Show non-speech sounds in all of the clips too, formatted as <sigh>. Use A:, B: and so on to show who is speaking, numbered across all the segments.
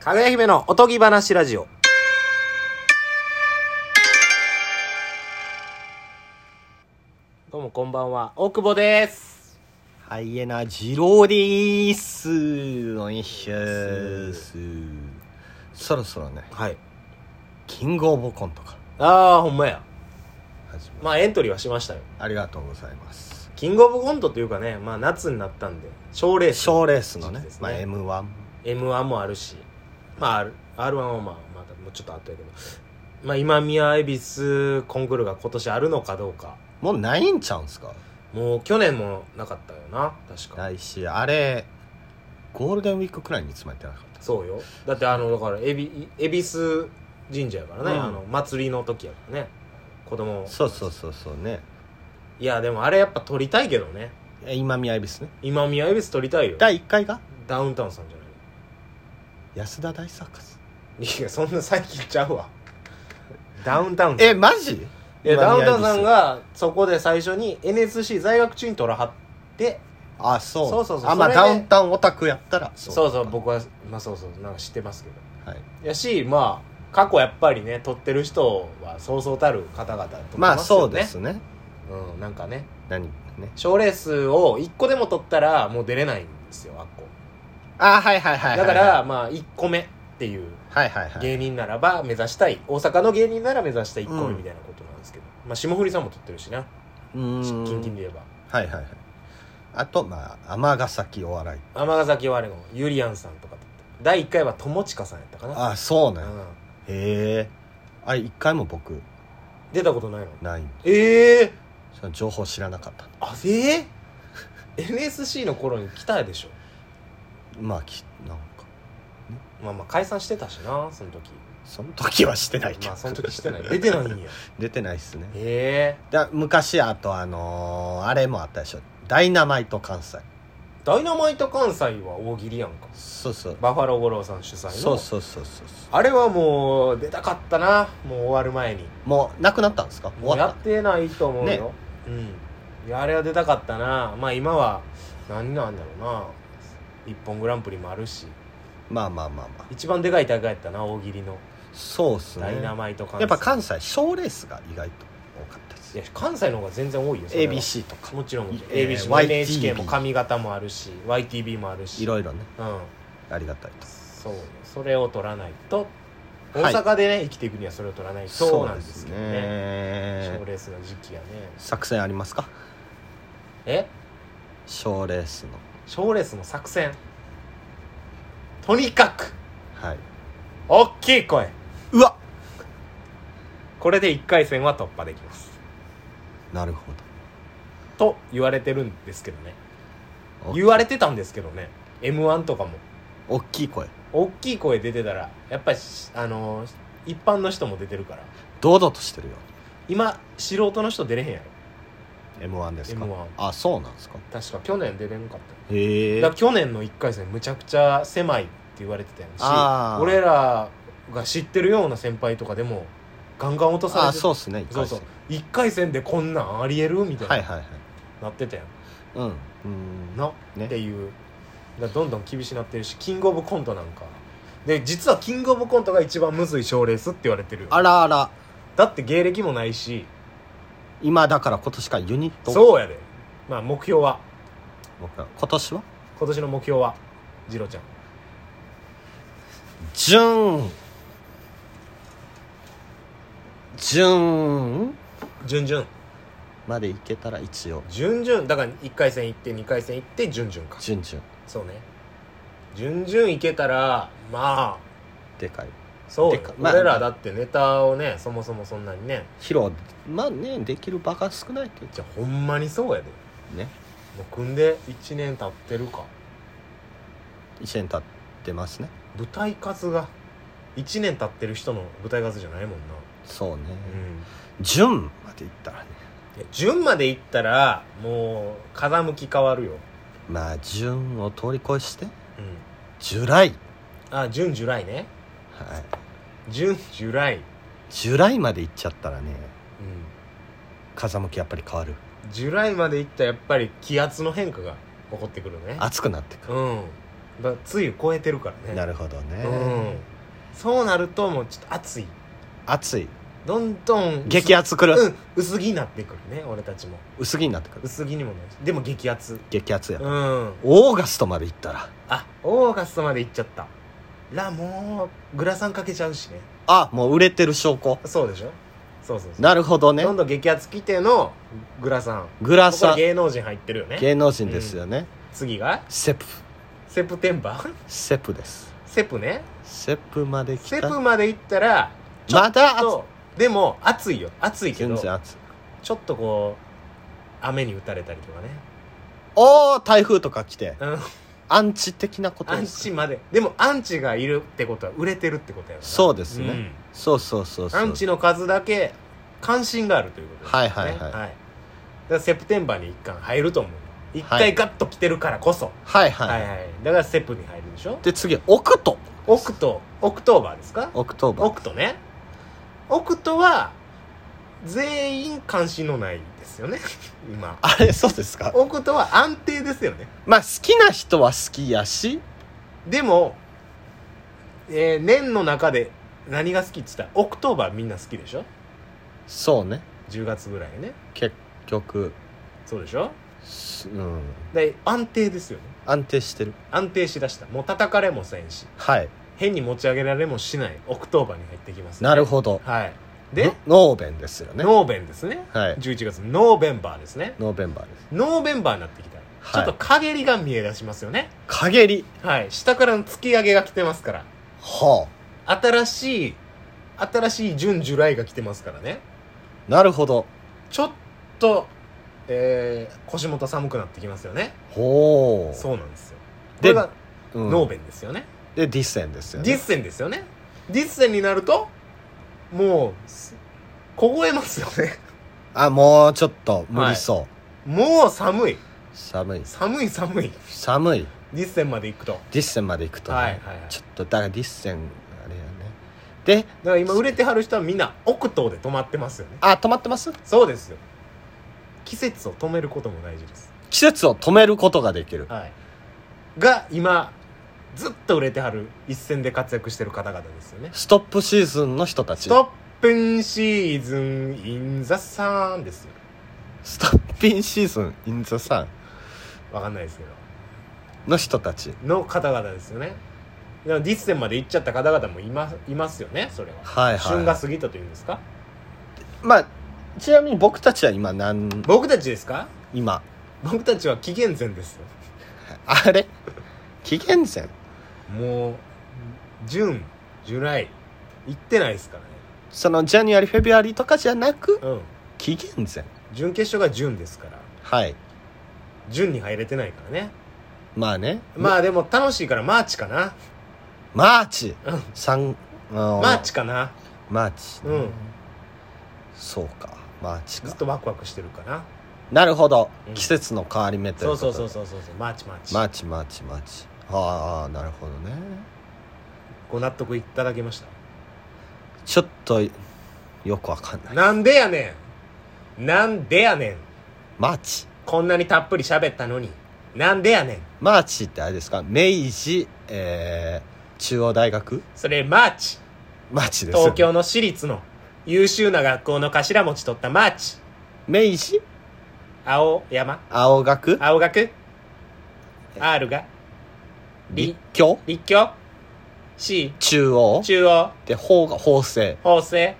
A: かぐや姫のおとぎ話ラジオ。どうもこんばんは、大久保です。
B: ハイエナ二郎でーす。おいしゅーす。そろそろね、
A: はい。
B: キングオブコントが
A: ああ、ほんまや。
B: 始まる。
A: まあエントリーはしましたよ。
B: ありがとうございます。
A: キングオブコントというかね、まあ夏になったんで、賞レース。
B: 賞レースのね、
A: そうですね
B: まあ M1。
A: M1 もあるし、まあ R- R1 はまあまだもうちょっと後やけど、まあ今宮恵比寿コンクールが今年あるのかどうか。
B: もうないんちゃうんすか
A: もう去年もなかったよな、確か。
B: ないし、あれ、ゴールデンウィークくらいにいつもやってなかった。
A: そうよだってあのだから恵比恵比寿神社やからね、
B: うん
A: あの祭りの時やからね子供
B: そうそうそうそうね。
A: いやでもあれやっぱ撮りたいけどね
B: え今宮恵比寿ね。
A: 今宮恵比寿撮りたいよ
B: 第1回が
A: ダウンタウンさんじゃない
B: 安田大サーカス。
A: いやそんな最近ちゃうわダウンタウンさん
B: え、マジ
A: いやダウンタウンさん。
B: 今宮恵比寿
A: がそこで最初に NSC 在学中に撮らはって
B: あ、そう。
A: そうそうそう
B: あ、まあ
A: それで
B: ダウンタウンオタクやったら。
A: そう
B: う
A: そう僕はまあそうそうなんか知ってますけど
B: はい。
A: やしまあ過去やっぱりね撮ってる人はそうそうたる方々と
B: まあそうですね。
A: うんなんかね
B: 何ね。
A: 賞レースを1個でも取ったらもう出れないんですよあっこ
B: あ、はいはいはいはい。
A: だからまあ1個目っていう
B: はいはいはい。
A: 芸人ならば目指したい大阪の芸人なら目指したい1個
B: う
A: 目
B: ん
A: みたいなことなんですけど、まあ霜降りさんも取ってるしな
B: うーん
A: 近々で言えば
B: はいはいはい。あと、まあ、尼崎お笑い。
A: 尼崎はあれのゆりやんさんとか取って第1回は友近さんやったかな
B: あ、そう
A: うん、
B: ね。へえ。あれ、一回も僕、
A: 出たことないの
B: ない。
A: ええ
B: その情報知らなかった。
A: あえ <laughs> え NSC の頃に来たでしょ
B: まあ、き、なんか、
A: まあまあ解散してたしなその時
B: その時はしてないけど。
A: まあその時してない出てないんや
B: <laughs> 出てないっすね。
A: ええ
B: だ昔、あと、あのーあれもあったでしょ。ダイナマイト関西。
A: ダイナマイト関西は大喜利やんか
B: そうそう。
A: バファロー五郎さん主催の
B: そうそうそうそう。
A: あれはもう出たかったなもう終わる前に
B: もう、なくなったんですか
A: もう
B: 終
A: や
B: わ
A: っ
B: って
A: ないと思うよ、
B: ね。
A: うんいやあれは出たかったなまあ今は何なんだろうな一本グランプリもあるした
B: まあまあまあまあ。
A: 一番でかい大会やったな大喜利の
B: そうっす
A: ダイ
B: ね。
A: ナマイト関西
B: やっぱ関西、賞レースが意外と多かったです
A: い。や関西の方が全然多いよそれは
B: ABC とか
A: もちろんもちろん
B: えー
A: ABC も
B: YTV
A: NHK も髪型もあるし YTB もあるし
B: いろいろね
A: うん
B: ありがたいと
A: そうそれを取らないと大
B: はい
A: 阪でね、生きていくにはそれを取らないとなんですけどね賞、
B: ね
A: レースの時期がね
B: 作戦ありますか
A: え
B: 賞レースの
A: 賞レースの作戦とにかく
B: はい
A: 大きい声
B: うわ
A: これで1回戦は突破できます
B: なるほ
A: と言われてるんですけどね
B: ど
A: 言われてたんですけどね m 1とかも
B: お大きい声
A: 大きい声出てたらやっぱりしあのー一般の人も出てるから
B: 堂々としてるよ
A: 今素人の人出れへんやろ
B: m 1ですか
A: M1
B: あそうなんですか
A: 確か去年出れんかった
B: へえ
A: だから去年の1回戦むちゃくちゃ狭いって言われてたやん
B: あ
A: し
B: ー
A: 俺らが知ってるような先輩とかでもガンガン落とされて
B: あそうっすね一
A: そう
B: 回
A: そう
B: 戦
A: 1回戦でこんなんありえるみたいな、
B: はいはいはい
A: なってたや
B: うんうん
A: んな、
B: ね
A: っていうだからどんどん厳しなってるしキングオブコントなんかで実はキングオブコントが一番むずい賞レースって言われてるよ
B: あらあら
A: だって芸歴もないし
B: 今だから今年からユニット
A: そうやでまあ目標は
B: 僕は今年は
A: 今年の目標はジロちゃん
B: 準準
A: 準々
B: までいけたら一応
A: 準々だから1回戦行って2回戦行って準々か
B: 準々
A: そうね順々いけたらまあ
B: でかい
A: そうよ
B: てかまあ
A: 俺らだってネタをねそもそもそんなにね
B: 披露まあねできる場が少ないけ
A: じゃあほんまにそうやでも
B: どね
A: う組んで1年経ってるか
B: 1年経ってますね
A: 舞台数が1年経ってる人の舞台数じゃないもんな
B: そうね
A: うん
B: 準までいったらね
A: いや順まで行ったらもう風向き変わるよ
B: まあ準を通り越して
A: うん
B: ジュライ
A: あ準ジュライね
B: はい
A: 準ジュライうん
B: ジュライまでいっちゃったらね風向きやっぱり変わる
A: ジュライまで行ったらやっぱり気圧の変化が起こってくるね
B: 暑くなってくる
A: うんだからつゆ超えてるからね
B: な
A: る
B: るほどね、
A: うんそうなるともうちょっと熱い
B: 熱い
A: どんどん
B: 激
A: 熱
B: 熱くる、
A: うん薄着になってくるね俺たちも
B: 薄着になってくる
A: 薄着にもなるしでも激熱
B: 激熱や、
A: うん
B: オーガストまで行ったら
A: あオーガストまで行っちゃったらもうグラサンかけちゃうしね
B: あもう売れてる証拠
A: そうでしょそうそうそう
B: なるほどね
A: どんどん激アツ来てのグラサン
B: グラ
A: こ
B: サ
A: こに芸能人入ってるよね
B: 芸能人ですよね、
A: 次が
B: セプ
A: セプテンバー <laughs>
B: セプです
A: セプね
B: セプまで来
A: セ
B: た
A: プまで行ったらちょっ
B: まだ熱い
A: とでも暑いよ暑いけ
B: 全
A: ど
B: 然熱い
A: ちょっとこう雨に打たれたりとかね
B: おお台風とか来て
A: うん
B: アンチ的なこと
A: アン
B: です
A: チまででもアンチがいるってことは売れてるってことやから
B: そうですね
A: ん
B: そうそうそうそう
A: アンチの数だけ関心があるということですね
B: はいはいは
A: だ
B: い
A: からセプテンバーに一巻入ると思う一
B: は
A: 回
B: い
A: ガッと来てるからこそ、
B: はいはい、
A: はいはいだからセプに入るでしょ
B: で次オクト
A: オクトオクトーバーですか
B: オクトーバ
A: オ
B: ー
A: クトねオクトは全員関心のないですよね <laughs> 今
B: あれそうですか
A: オクトは安定ですよね
B: まあ好きな人は好きやし
A: でも、えー年の中で何が好きって言ったらオクトーバーみんな好きでしょ
B: そうね
A: 10月ぐらいね
B: 結局
A: そうでしょ
B: すうん
A: で安定ですよね
B: 安定してる
A: 安定しだしたもう叩かれもせんし
B: はい
A: 変に持ち上げられもしないオクトーバーに入ってきますね、
B: なるほど
A: はいで
B: ノーベンですよね
A: ノーベンですね
B: はい
A: 11月ノーベンバーですね
B: ノーベンバーです
A: ノーベンバーになってきた、
B: はい
A: ちょっと陰りが見え出しますよね
B: 陰り
A: はい下からの突き上げが来てますから
B: は
A: 新しい新しい準ジュライが来てますからね
B: あなるほど
A: ちょっとえー、腰元寒くなってきますよね
B: ほう
A: そうなんですよこ
B: で
A: れが
B: うん
A: ノーベンですよね、
B: でディッセンですよ
A: ディッ
B: ね
A: センですよねディッセンになるともうす凍えますよね
B: あもうちょっと無理そう、
A: もう寒い
B: 寒い
A: 寒い寒い
B: 寒い
A: ディッセンまで行くと
B: ディッセンまで行くとね、
A: はいはいはい
B: ちょっとだからディッセンあれやねで
A: だから今売れてはる人はみんな奥東で止まってますよね
B: あ止まってます
A: そうですよ季節を止めることも大事です
B: 季節を止めることができる
A: はいが今ずっと売れてはる一戦で活躍してる方々ですよね
B: ストップシーズンの人た
A: ス
B: ち
A: トップンシーズンインザサンですよ
B: ストッピンシーズンインザサン
A: わかんないですけど
B: の人たち
A: の方々ですよねだからディッセンまで行っちゃった方々もいますいますよねそれは、
B: はいはい
A: 旬が過ぎたというんですか
B: まあちなみに僕たちは今なん
A: 僕たちですか
B: 今
A: 僕たちは紀元前ですよ
B: あれ <laughs> 紀元前
A: もう準ジュライ行ってないですか
B: そのジャニュアリフェビュアリとかじゃなく
A: らねうん
B: 紀元前
A: 準決勝が準ですから
B: はい
A: 準に入れてないからね
B: まあね
A: まあでも楽しいからマーチかな
B: マーチ
A: うん
B: 三マ
A: マーチかな
B: マーチね、
A: うん
B: そうかマーチ
A: ずっ
B: か
A: とワクワクしてるかな
B: なるほど、
A: うん
B: 季節の変わり目という
A: そ
B: こ
A: う
B: と
A: そうそう
B: そ
A: そうそうそうマーチマーチ、
B: マーチマーチマーチああなるほどね
A: ご納得いただけました
B: ちょっとよくわかんない
A: なんでやねんなんでやねん
B: マーチ
A: こんなにたっぷり喋ったのになんでやねん
B: マーチってあれですか明治、えー、中央大学
A: それマーチ
B: マーチですよね
A: 東京の私立の優秀な学校の頭持ち取ったマーチ
B: 明治
A: 青山
B: 青学
A: 青学 R が
B: 立教
A: 立教 C
B: 中央
A: 中央
B: で法が法政
A: 法政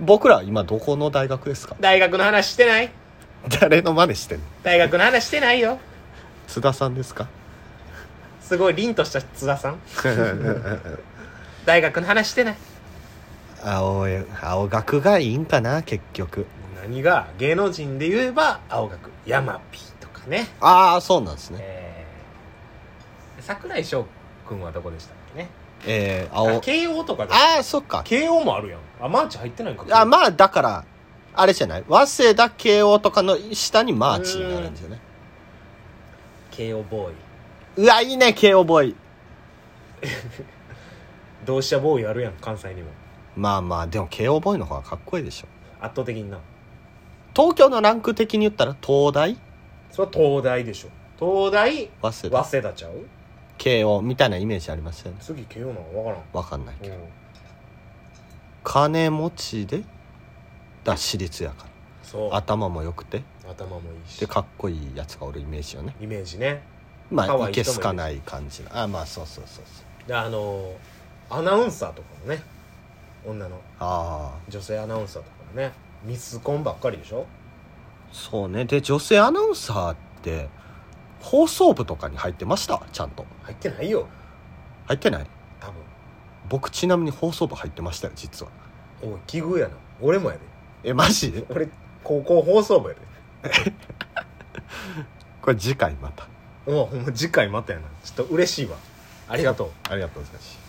B: 僕らは今どこの大学ですか
A: 大学の話してない
B: 誰の真似してんの
A: 大学の話してないよ
B: 津田さんですか
A: すごい凛とした津田さん大学の話してない
B: <laughs> 青え青学がいいんかな結局
A: 何が芸能人で言えば青学山 P とかね
B: ああそうなんですね
A: えー、桜井翔くんはどこでしたっけね
B: えー、
A: あ
B: 青
A: 慶応とかで
B: ああそっか
A: 慶応もあるやんあマーチ入ってないんか
B: あまあだからあれじゃない早稲田慶応とかの下にマーチになるんですよね
A: 慶応ボーイ
B: うわいいね慶応ボーイ
A: 同志社ボーイあるやん関西にも
B: まあまあでも慶応ボーイの方がかっこいいでしょ
A: 圧倒的にな
B: 東京のランク的に言ったら東大
A: それは東大でしょ東大
B: 早稲
A: 早
B: 田
A: 稲田ちゃう
B: KO みたいなイメージありません
A: 次 KO なのわか
B: わかんないけ
A: ら
B: ど
A: ん、うん、
B: 金持ちでだ私立やか
A: そう
B: ら頭も良くて
A: 頭もいいし
B: でかっこいいやつがおるイメージよね
A: イメージね
B: ま
A: 可
B: あ
A: 愛
B: い
A: い
B: け
A: 人もいる
B: すかない感じのあまあそうそうそうそう
A: であのアナウンサーとかもね女の
B: あ
A: 女性アナウンサーとかもねミスコンばっかりでしょ
B: あそうねで女性アナウンサーって放送部とかに入ってましたちゃんと
A: 入ってないよ
B: 入ってない
A: 多分
B: 僕ちなみに放送部入ってましたよ実は
A: おい奇遇やな俺もやで
B: えマジ
A: 俺高校放送部やで
B: これ次回また
A: おうほんま次回またやなちょっと嬉しいわありがとう
B: ありがとうございます